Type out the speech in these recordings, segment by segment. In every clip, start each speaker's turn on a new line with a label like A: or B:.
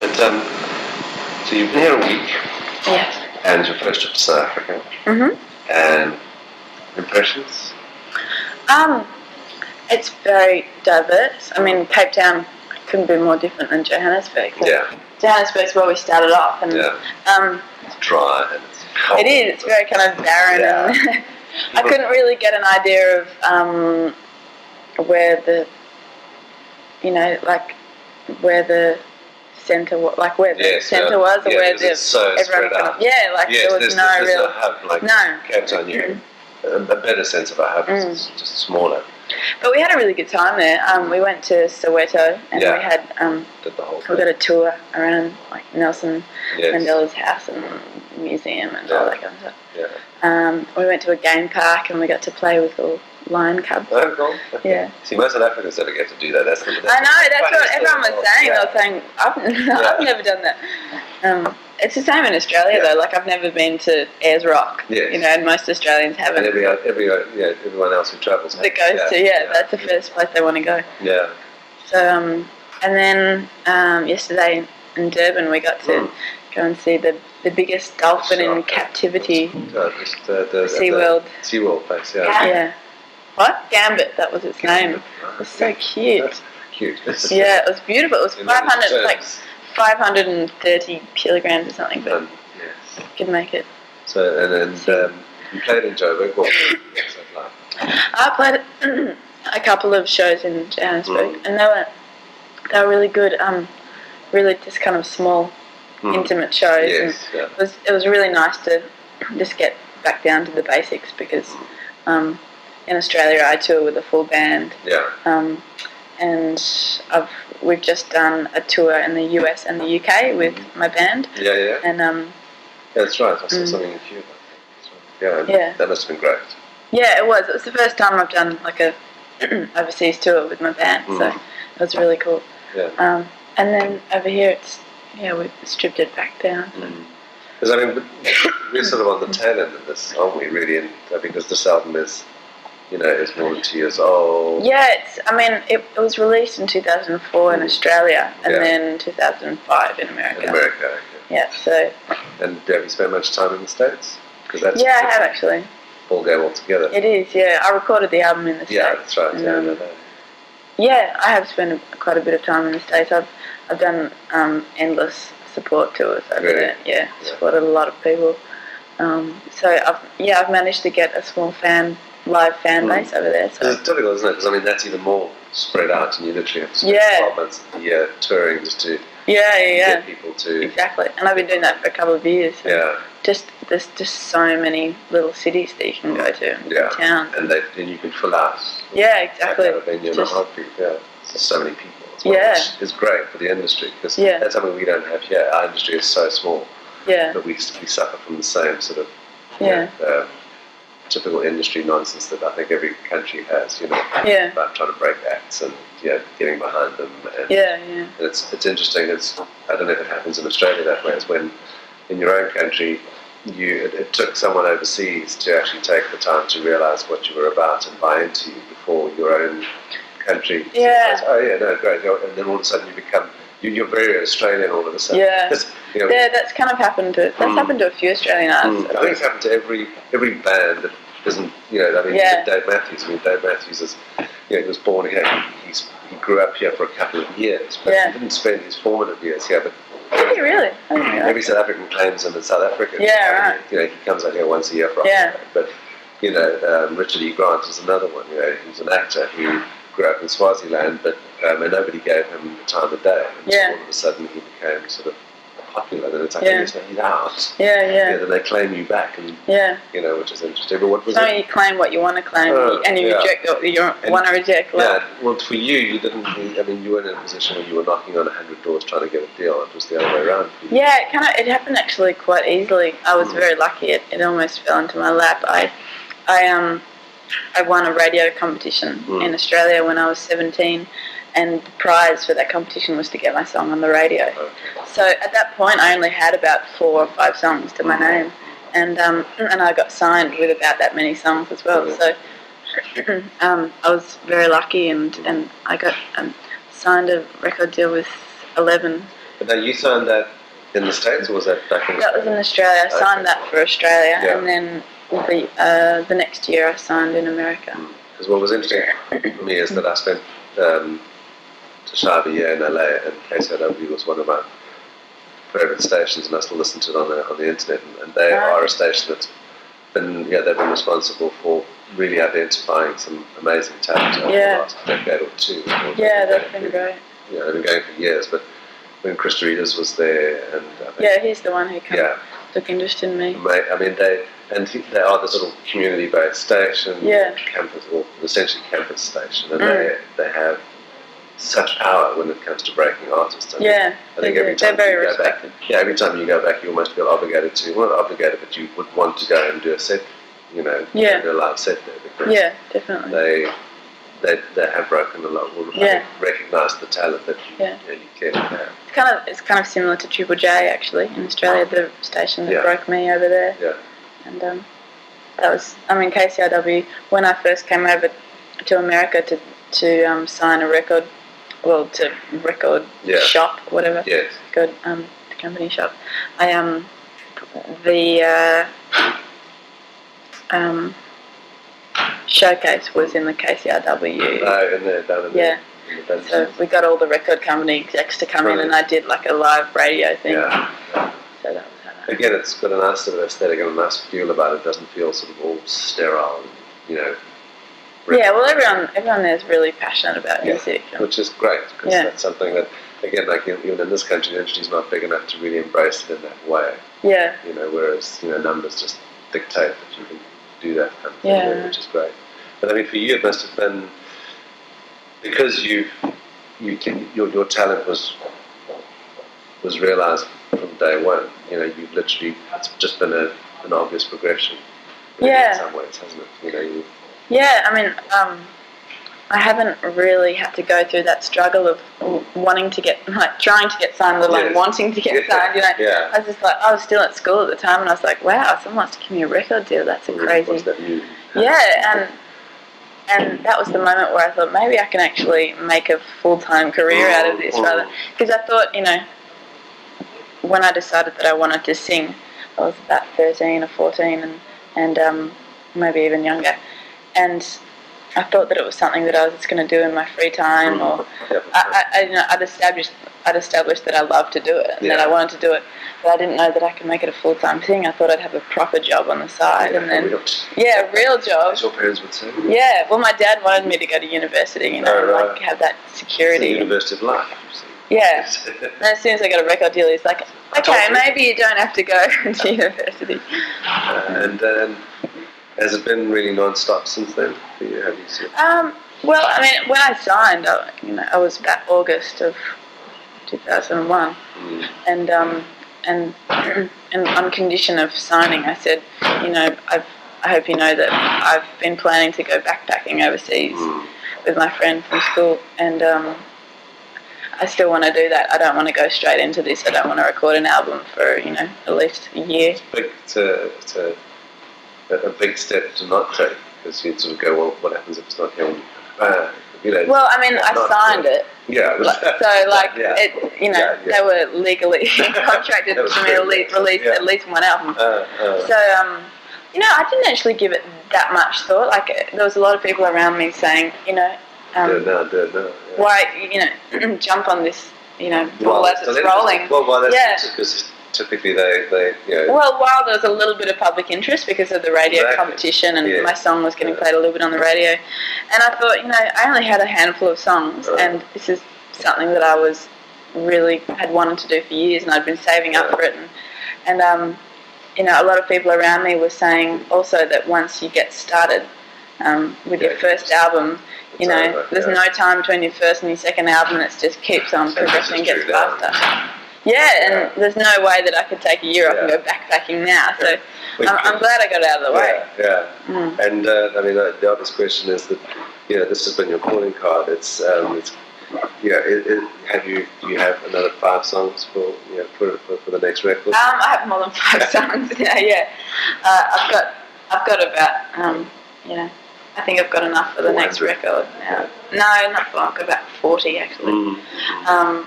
A: And um, so you've been here a week,
B: Yes.
A: and your first trip to South Africa.
B: Mhm.
A: And impressions?
B: Um, it's very diverse. I mean, Cape Town couldn't be more different than Johannesburg.
A: Yeah,
B: Johannesburg's where we started off, and
A: yeah.
B: um,
A: It's dry and it's cold.
B: it is. It's very kind of barren. And I couldn't really get an idea of um, where the, you know, like where the center, wa- like where the
A: Yes,
B: center
A: yeah.
B: was, or
A: Yeah,
B: where
A: because
B: the
A: it's so
B: everyone.
A: spread
B: kind of-
A: out.
B: yeah, like
A: yes,
B: there
A: there's,
B: was no
A: there's
B: real.
A: no hub like
B: no, Mm.
A: Cape Town. You a, a better sense of a hub. It's just smaller.
B: but we had a really good time there. Um, we went to Soweto and
A: Yeah.
B: we had um,
A: Did the whole
B: we
A: thing.
B: got a tour around like Nelson
A: Yes.
B: Mandela's house and museum and all that kind of stuff.
A: Yeah.
B: Um, we went to a game park and we got to play with little lion cubs.
A: Oh, cool.
B: Yeah.
A: See, most South Africans don't get to do that. That's the.
B: I know, that's what
A: funniest thing
B: everyone was
A: of all.
B: saying.
A: Yeah.
B: They were saying, I've, I've never done that. Um, it's the same in Australia,
A: Yeah.
B: though. Like, I've never been to Ayers Rock,
A: Yes.
B: you know, and most Australians
A: And
B: haven't.
A: every, every, yeah, everyone else who travels
B: that goes to, yeah, that's the first place they want to go.
A: yeah.
B: So, um, and then um, yesterday in Durban, we got to
A: Mm.
B: go and see the, the biggest dolphin in
A: Shark.
B: captivity,
A: Uh, just, uh, the,
B: the
A: the,
B: SeaWorld.
A: Sea World place, yeah.
B: Yeah. What? Gambit, that was its name. It was so cute.
A: Cute.
B: Yeah, it was beautiful. It was
A: In
B: 500,
A: those
B: like
A: terms.
B: 530 kilograms or something, but
A: And, Um, yes.
B: I could make it.
A: So, and then um, you played in Joburg. What was it like?
B: I played a couple of shows in
A: Hmm.
B: Johannesburg, and they were they were really good. Um, really just kind of small,
A: Hmm.
B: intimate shows. and
A: Yes, yeah.
B: it was it was really nice to just get back down to the basics because um, in Australia I tour with a full band
A: yeah.
B: um, and I've we've just done a tour in the US and the UK with my band
A: Yeah, yeah.
B: and um,
A: That's right. I saw
B: Mm.
A: something in Cuba. That's right. Yeah, and
B: Yeah.
A: that must have been great.
B: yeah it was it was the first time I've done like a overseas tour with my band so
A: Mhm.
B: it was really cool
A: Yeah.
B: um, and then over here it's yeah we've stripped it back down
A: Because I mean, we're sort of on the tail end of this, aren't we? Really, and, uh, because this album is, you know, is more than two years old.
B: yeah it's I mean it, it was released in 2004 in
A: Mm.
B: Australia and
A: Yeah.
B: then 2005 in America
A: in America.
B: yeah so
A: yeah. And have you spent much time in the states? Because that's
B: yeah I have actually
A: all go all together.
B: it is yeah I recorded the album in the
A: yeah,
B: States
A: that's right. Yeah, I know
B: Mm.
A: that.
B: Yeah, I have spent quite a bit of time in the States. I've, I've done um, endless support tours over
A: Really?
B: there. Yeah,
A: Yeah.
B: supported a lot of people. Um, so I've, yeah, I've managed to get a small fan live fan
A: Mm.
B: base over there. So
A: It's difficult, isn't it? Because I mean, that's even more spread out, and you literally have to spend
B: Yeah.
A: twelve months of the year touring just to
B: yeah, yeah, yeah,
A: get people to.
B: exactly. And I've been doing that for a couple of years.
A: Yeah,
B: Just there's just so many little cities that you can go to, and
A: Yeah.
B: towns.
A: and they, then you can fill out.
B: Yeah,
A: That
B: exactly.
A: kind of venue in a
B: Just-
A: heartbeat. Yeah, There's so many people. as well,
B: Yeah.
A: which is great for the industry because
B: Yeah.
A: that's something we don't have here. Our industry is so small
B: Yeah,
A: that we, we suffer from the same sort of you
B: yeah,
A: know, um, typical industry nonsense that I think every country has. You know,
B: yeah,
A: about trying to break acts and you know, getting behind them and
B: yeah, yeah.
A: And it's, it's interesting. It's I don't know if it happens in Australia that way. Is when in your own country, you it, it took someone overseas to actually take the time to realise what you were about and buy into you before your own country.
B: Yeah.
A: realised, oh yeah, no, great. You're, and then all of a sudden you become you, you're very Australian all of a sudden.
B: Yeah.
A: It's, you know,
B: Yeah, that's kind of happened to that's
A: Mm.
B: happened to a few Australian artists.
A: Mm, I think it's happened to every every band that isn't, you know, I mean,
B: Yeah.
A: Dave Matthews. I mean, Dave Matthews is, you know, he was born here. He, he's, he grew up here for a couple of years, but
B: Yeah.
A: he didn't spend his formative years here. But
B: Did he really? I didn't realise.
A: every South African claims him in South Africa.
B: Yeah,
A: I mean, You know, he comes out here once a year for
B: Yeah.
A: holiday. But, you know, um, Richard E. Grant was another one, you know, who's an actor who grew up in Swaziland, but um, and nobody gave him the time of day. And so
B: Yeah.
A: all of a sudden he became sort of popular. Then it's like,
B: Yeah.
A: he's, he's out.
B: Yeah,
A: Yeah.
B: yeah,
A: then they claim you back and
B: yeah.
A: you know, which is interesting. But what was
B: So
A: it?
B: you claim what you want to claim,
A: Uh,
B: and you
A: yeah.
B: reject what you
A: And-
B: want to reject. Like,
A: Yeah, well, for you, you didn't. I mean, you weren't in a position where you were knocking on a hundred doors trying to get a deal. It was the other way around. for you.
B: yeah, it kind of it happened actually quite easily. I was
A: Mm.
B: very lucky. It, it almost fell into my lap. I, I um, I won a radio competition
A: Mm.
B: in Australia when I was seventeen, and the prize for that competition was to get my song on the radio. So at that point, I only had about four or five songs to my name, and um, and I got signed with about that many songs as well. So um, I was very lucky, and and I got um, signed a record deal with Eleven,
A: But now you signed that in the States, or was that back in
B: That was in Australia. I signed that for Australia,
A: Yeah.
B: and then the uh, the next year I signed in America.
A: Because what was interesting for me is that I spent um, just shy of a year in LA, and KCRW was one of my favorite stations, and I still listen to it on the, on the internet. And, and they
B: Right.
A: are a station that's been yeah they've been responsible for really identifying some amazing talent over
B: Yeah.
A: the last decade or two. Or
B: Yeah,
A: decade.
B: that's been great.
A: Yeah, they've been going for years, but when Chris Reedus was there, and I think,
B: Yeah, he's the one who kind
A: yeah,
B: of took interest in me.
A: Mate, I mean, they and they are this little community-based station,
B: Yeah.
A: campus, or essentially campus station, and
B: Mm.
A: they they have such power when it comes to breaking artists. I mean,
B: Yeah,
A: I
B: they
A: think every
B: do. they're
A: time
B: very
A: you go back,
B: respected.
A: yeah, every time you go back, you almost feel obligated to, well, not obligated, but you would want to go and do a set, you know,
B: Yeah.
A: do a live set there because
B: Yeah, definitely.
A: they. They, they have broken a lot. Will
B: Yeah.
A: recognised the talent that you,
B: Yeah.
A: yeah. you clearly have.
B: It's kind of it's kind of similar to Triple J actually in Australia, the station that
A: Yeah.
B: broke me over there.
A: Yeah.
B: And um, that was I mean KCRW when I first came over to America to to um, sign a record, well to record
A: Yeah.
B: shop whatever
A: Yes.
B: good um, company shop. I um the uh, um showcase was in the KCRW.
A: No, and they're down in the-
B: yeah.
A: in the dungeon.
B: So we got all the record company execs to come in, and I did like a live radio thing.
A: yeah.
B: So that was how that.
A: again, it's got a nice sort of aesthetic and a nice feel about it. It doesn't feel sort of all sterile, you know.
B: Yeah, well, everyone everyone there's really passionate about
A: Yeah.
B: music. and-
A: Which is great because
B: Yeah.
A: that's something that, again, like in- even in this country, the industry's not big enough to really embrace it in that way,
B: Yeah,
A: you know. Whereas you know, numbers just dictate that you can do that kind of
B: Yeah.
A: thing, which is great. But I mean, for you, it must have been because you you can, your your talent was was realised from day one. You know, you've literally it's just been a, an obvious progression. really,
B: Yeah.
A: In some ways, hasn't it? You know, you,
B: yeah. I mean, um, I haven't really had to go through that struggle of w- wanting to get like trying to get signed, let alone
A: Yes.
B: wanting to get signed. You know,
A: yeah.
B: I was just like I was still at school at the time, and I was like, wow, someone wants to give me a record deal. That's a crazy.
A: What's that you?
B: Yeah, and and that was the moment where I thought maybe I can actually make a full time career out of this
A: Oh,
B: rather because I thought you know when I decided that I wanted to sing, I was about thirteen or fourteen, and and um, maybe even younger, and I thought that it was something that I was just going to do in my free time or.
A: Yeah,
B: I, I, I, you know, I'd established, I'd established that I loved to do it and that
A: Yeah.
B: I wanted to do it, but I didn't know that I could make it a full time thing. I thought I'd have a proper job on the side and
A: we
B: then,
A: don't-
B: yeah, a real job.
A: as your parents would say.
B: Yeah, well, my dad wanted me to go to university, you know,
A: Oh, right.
B: like have that
A: It's the
B: security.
A: University of Life. you see.
B: Yeah. And as soon as I got a record deal, he's like,
A: I told
B: okay,
A: you.
B: maybe you don't have to go to university.
A: and then has it been really non-stop since then? for you? Have you seen?
B: Um, well, I mean, when I signed, I, you know, I was about August of 2001.
A: Mm.
B: and um, and and on condition of signing, I said, you know, I've, I hope you know that I've been planning to go backpacking overseas
A: Mm.
B: with my friend from school, and um, I still want to do that. I don't want to go straight into this. I don't want to record an album for you know at least a year.
A: Big, it's a, it's a, a big step to not take because you'd sort of go, well, what happens if it's not here? Uh, you know,
B: Well, I mean, I signed it,
A: yeah. it was- uh,
B: like, so like
A: Yeah.
B: it, you know,
A: Yeah, yeah.
B: they were legally contracted
A: That was
B: for me to
A: true.
B: le- release
A: Yeah.
B: at least one album.
A: uh, uh,
B: So, um, you know, I didn't actually give it that much thought. Like, uh, there was a lot of people around me saying, you know, um,
A: do it now, do it now. yeah.
B: why, you know, jump on this, you know, ball
A: Well,
B: as
A: that's
B: it's
A: still
B: rolling.
A: interesting. Well, well, that's
B: Yeah.
A: because typically they, they, you know,
B: Well, while there was a little bit of public interest because of the radio
A: Exactly.
B: competition and
A: Yeah.
B: my song was getting
A: Yeah.
B: played a little bit on the radio, and I thought, you know, I only had a handful of songs,
A: Right.
B: and this is something that I was really had wanted to do for years, and I'd been saving up
A: Yeah.
B: for it, and, and um, you know, a lot of people around me were saying also that once you get started um, with
A: Yeah,
B: your first
A: it's-
B: album.
A: it's
B: You know,
A: over,
B: there's
A: yeah.
B: no time between your first and your second album. It just keeps on
A: So this is
B: progressing, gets
A: true now.
B: faster. Yeah, and
A: Yeah.
B: there's no way that I could take a year off and
A: Yeah.
B: go backpacking now. So
A: we
B: I'm,
A: can-
B: I'm glad I got out of the way.
A: yeah, yeah.
B: Mm.
A: And uh, I mean, uh, the obvious question is that you know this has been your calling card. It's um, it's you know, it, it, have you do you have another five songs for you know for, for, for the next record?
B: Um, I have more than five songs now. Yeah, uh, I've got I've got about um, you know I think I've got enough for the
A: Four
B: next
A: hundred.
B: record now. No, not four. I've got about forty actually.
A: Mm.
B: Um,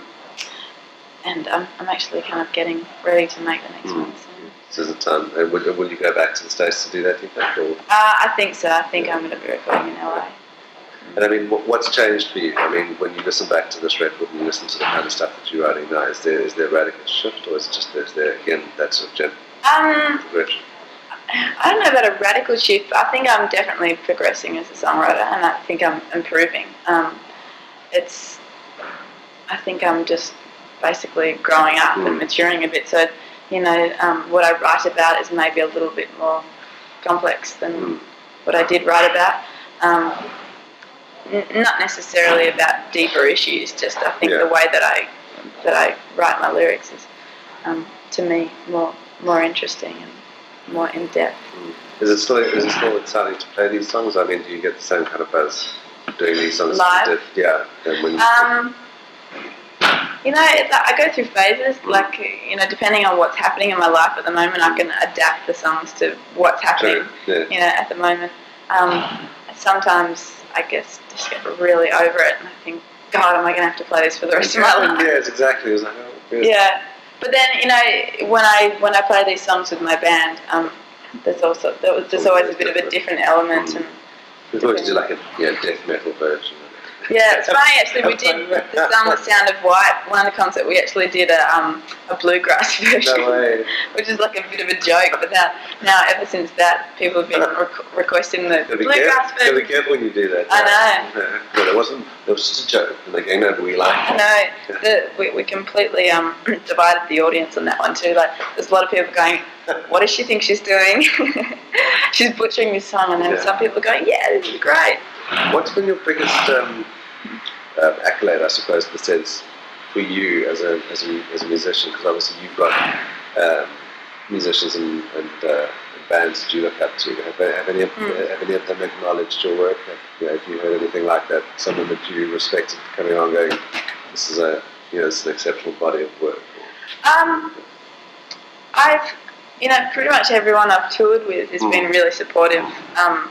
B: and um, I'm actually kind of getting ready to make the next
A: Mm.
B: one soon.
A: So is it time? And will, will you go back to the States to do that, do you think? Or,
B: Uh, I think so. I think I'm going to be recording in LA.
A: and I mean, what, what's changed for you? I mean, when you listen back to this record and you listen to the kind of stuff that you're writing now, is there, is there a radical shift or is it just there's there, again, that sort of gentle
B: Um,
A: progression?
B: I don't know about a radical shift, but I think I'm definitely progressing as a songwriter, and I think I'm improving. Um, it's, I think I'm just basically growing up and
A: Mm.
B: maturing a bit. So, you know, um, what I write about is maybe a little bit more complex than
A: Mm.
B: what I did write about. Um, n- not necessarily about deeper issues. Just I think
A: Yeah.
B: the way that I that I write my lyrics is, um, to me, more more interesting and more in depth.
A: Is it still is it still exciting to play these songs? I mean, do you get the same kind of buzz doing these songs?
B: Live?
A: As you did? Yeah. And when you,
B: Um, you know, it's, I go through phases. Like, you know, depending on what's happening in my life at the moment, I can adapt the songs to what's happening.
A: Sorry, yeah.
B: you know, at the moment. Um, sometimes I guess just get really over it and I think, God, am I going to have to play this for the rest of my life?
A: Yeah, it's exactly. It's like, oh, yeah.
B: Yeah. But then, you know, when I when I play these songs with my band, um, there's also there was, there's always a bit of a different element. And
A: We've always do like a you know, death metal version.
B: yeah, it's funny actually. We did the song "The Sound of White." One of the concert we actually did a um, a bluegrass version.
A: No way.
B: which is like a bit of a joke. But now, now ever since that, people have been
A: Uh-huh.
B: requ requesting the
A: Gotta be,
B: bluegrass
A: careful,
B: version.
A: gotta be careful when you do that.
B: I
A: know. But it wasn't. It was just a joke. Like, you know, we like. it.
B: No, the, we, we completely um, divided the audience on that one too. Like, there's a lot of people going, "What does she think she's doing? she's butchering this song." And then
A: Yeah.
B: some people going, "Yeah, this is great."
A: What's been your biggest um, uh, accolade, I suppose, in the sense for you as a as a, as a musician? Because obviously you've got um, musicians and, and uh, bands that you look up to. Have, have any of,
B: Mm.
A: have any of them acknowledged your work? Have you, know, have you heard anything like that? Someone that you respected coming on, going, "This is a you know, this is an exceptional body of work."
B: Um, I've, you know, pretty much everyone I've toured with has
A: Mm.
B: been really supportive. Um,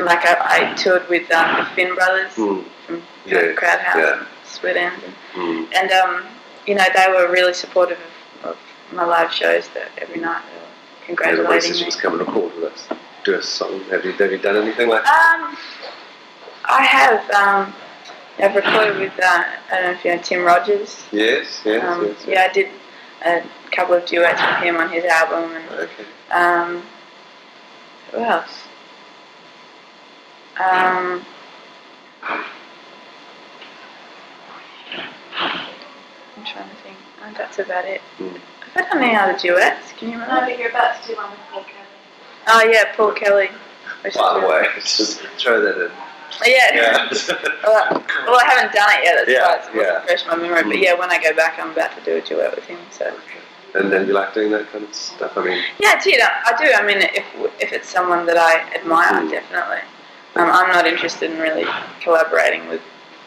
B: like I, I toured with um, the Finn Brothers from
A: Mm. Yeah,
B: Crowd House,
A: yeah.
B: and Sweet End,
A: Hmm.
B: and um, you know they were really supportive of, of my live shows that every night they were congratulating me.
A: musicians come and record with us, do a song. Have you have you done anything like? that?
B: Um, I have um, I've recorded with uh, I don't know if you know Tim Rogers.
A: Yes, yes,
B: Um,
A: yes. yes.
B: Yeah, I did a couple of duets with him on his album, and
A: Okay.
B: um, who else? Um, I'm trying to think. Oh, that's about it.
A: Mm.
B: Have I done any other duets? Can you
C: No,
B: remember?
C: but you're about to do one with Paul Kelly.
B: Oh yeah, Paul Kelly. Which
A: By the
B: is-
A: way, just throw that in.
B: Yeah.
A: Yeah.
B: Well, well, I haven't done it yet. That's
A: Yeah,
B: why it's it wasn't
A: yeah.
B: fresh in my memory. But
A: Mm.
B: yeah, when I go back, I'm about to do a duet with him. So
A: and then you like doing that kind of stuff. I mean,
B: yeah, I do. I do. I mean, if if it's someone that I admire,
A: Mm.
B: definitely. Um, I'm not interested in really collaborating with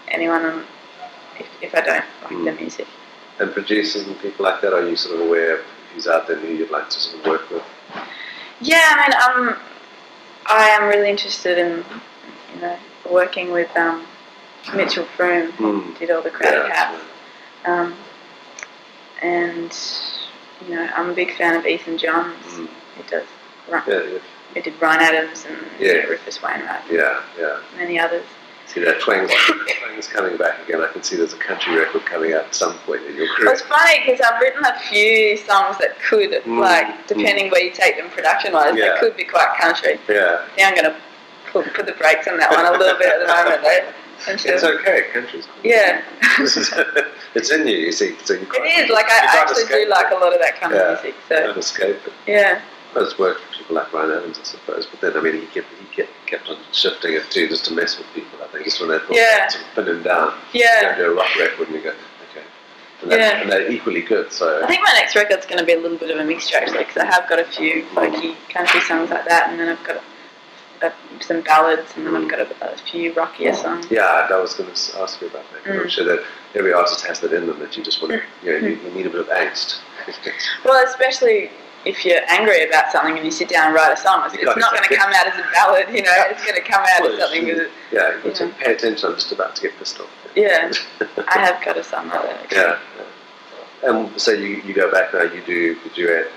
B: anyone um, if, if I don't like the
A: Mm.
B: music.
A: and producers and people like that. Are you sort of aware of who's out there and who you'd like to sort of work with?
B: Yeah, I mean, um, I am really interested in you know working with um, Mitchell Froome,
A: Hmm.
B: who did all the crowded house. Um, and you know, I'm a big fan of Ethan Johns.
A: Hmm.
B: Who does? Run,
A: Yeah, yeah,
B: Who did Ryan Adams and you
A: Yeah.
B: know, Rufus Wainwright
A: yeah, yeah.
B: and many others?
A: See that twang's, twang's coming back again. I can see there's a country record coming out at some point in your
B: Well,
A: career.
B: it's funny because I've written a few songs that could,
A: Mm,
B: like, depending where you take them production-wise,
A: Yeah.
B: they could be quite country.
A: Yeah,
B: Now I'm going to put, put the brakes on that one a little bit at the moment, though. I'm sure-
A: it's okay. Country's cool.
B: yeah,
A: it's in you. You see, so you can't,
B: it is. Like,
A: You
B: I
A: can't
B: actually
A: escape
B: do like a lot of that kind
A: Yeah.
B: of music.
A: you
B: So,
A: can't escape it.
B: yeah.
A: Well, it's worked for people like Ryan Adams, I suppose. But then, I mean, he kept he kept, kept on shifting it too, just to mess with people. I think just when they thought
B: Yeah.
A: sort of pin him down,
B: Yeah.
A: you know, do a rock record, and you go, okay, and, that's,
B: Yeah.
A: and they're equally good. So
B: I think my next record's going to be a little bit of a mixture actually, because I have got a few folky country songs like that, and then I've got a, some ballads, and then I've got a, a few rockier songs.
A: yeah, I was going to ask you about that. 'cause I'm
B: Mm.
A: sure that every artist has that in them that you just want to, you know, you, you need a bit of angst.
B: Well, especially if you're angry about something and you sit down and write a song, it's,
A: You
B: it's
A: gotta
B: not going
A: get
B: to
A: it.
B: come out as a ballad, you know. It's going to come out
A: Well,
B: as something
A: it's-
B: with
A: Yeah, you need to
B: Yeah.
A: pay attention. I'm just about to get pissed off.
B: yeah. I have got a song like that. actually.
A: Yeah. And so you, you go back now, you do the duet,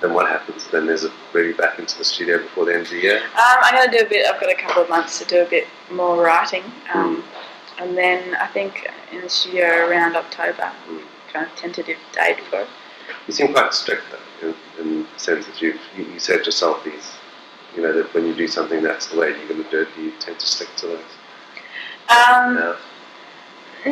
A: then what happens? Then there's a really back into the studio before the end of the year.
B: Um, I'm going to do a bit. I've got a couple of months to do a bit more writing,
A: Mm.
B: um, and then I think in the studio around October,
A: Mm.
B: kind of tentative date for it.
A: You seem quite strict though, in, in the sense that you've, you, you set yourself these, you know, that when you do something, that's the way you're going to do it. You tend to stick to those.
B: Um,
A: Yeah.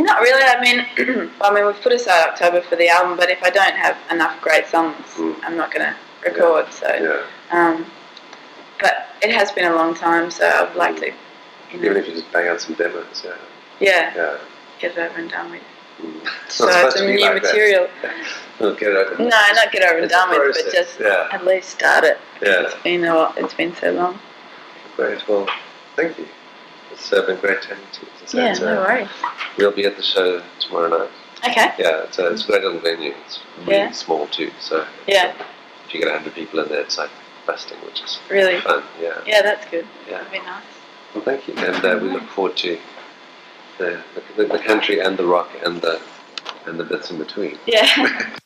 B: Not really. I mean, I mean, we've put aside October for the album, but if I don't have enough great songs,
A: Mm.
B: I'm not going to record. So,
A: yeah.
B: um, but it has been a long time, so I'd like to, you know,
A: Even if you just bang out some demos, yeah.
B: yeah,
A: yeah.
B: get it over and done with.
A: Mm. It's
B: So
A: not supposed
B: it's
A: to
B: some
A: be
B: new
A: like that.
B: material.
A: Look, get it over.
B: No, not get over and
A: It's a
B: done with, but
A: process.
B: just
A: Yeah,
B: at least start it.
A: yeah.
B: It's been a lot. It's been so long.
A: Great. Well, thank you. It's uh, been great chatting to you. It's,
B: Yeah,
A: it's,
B: no
A: uh,
B: worries.
A: we'll be at the show tomorrow night.
B: Okay.
A: Yeah, it's a, it's a great little venue. It's really
B: Yeah.
A: small too, so
B: Yeah,
A: if you get 100 people in there, it's like busting, which is
B: really.
A: fun. Yeah.
B: Yeah, that's good.
A: Yeah.
B: That'd be nice.
A: Well, thank you, and uh, we look forward to the, the, the country and the rock and the and the bits in between.
B: Yeah.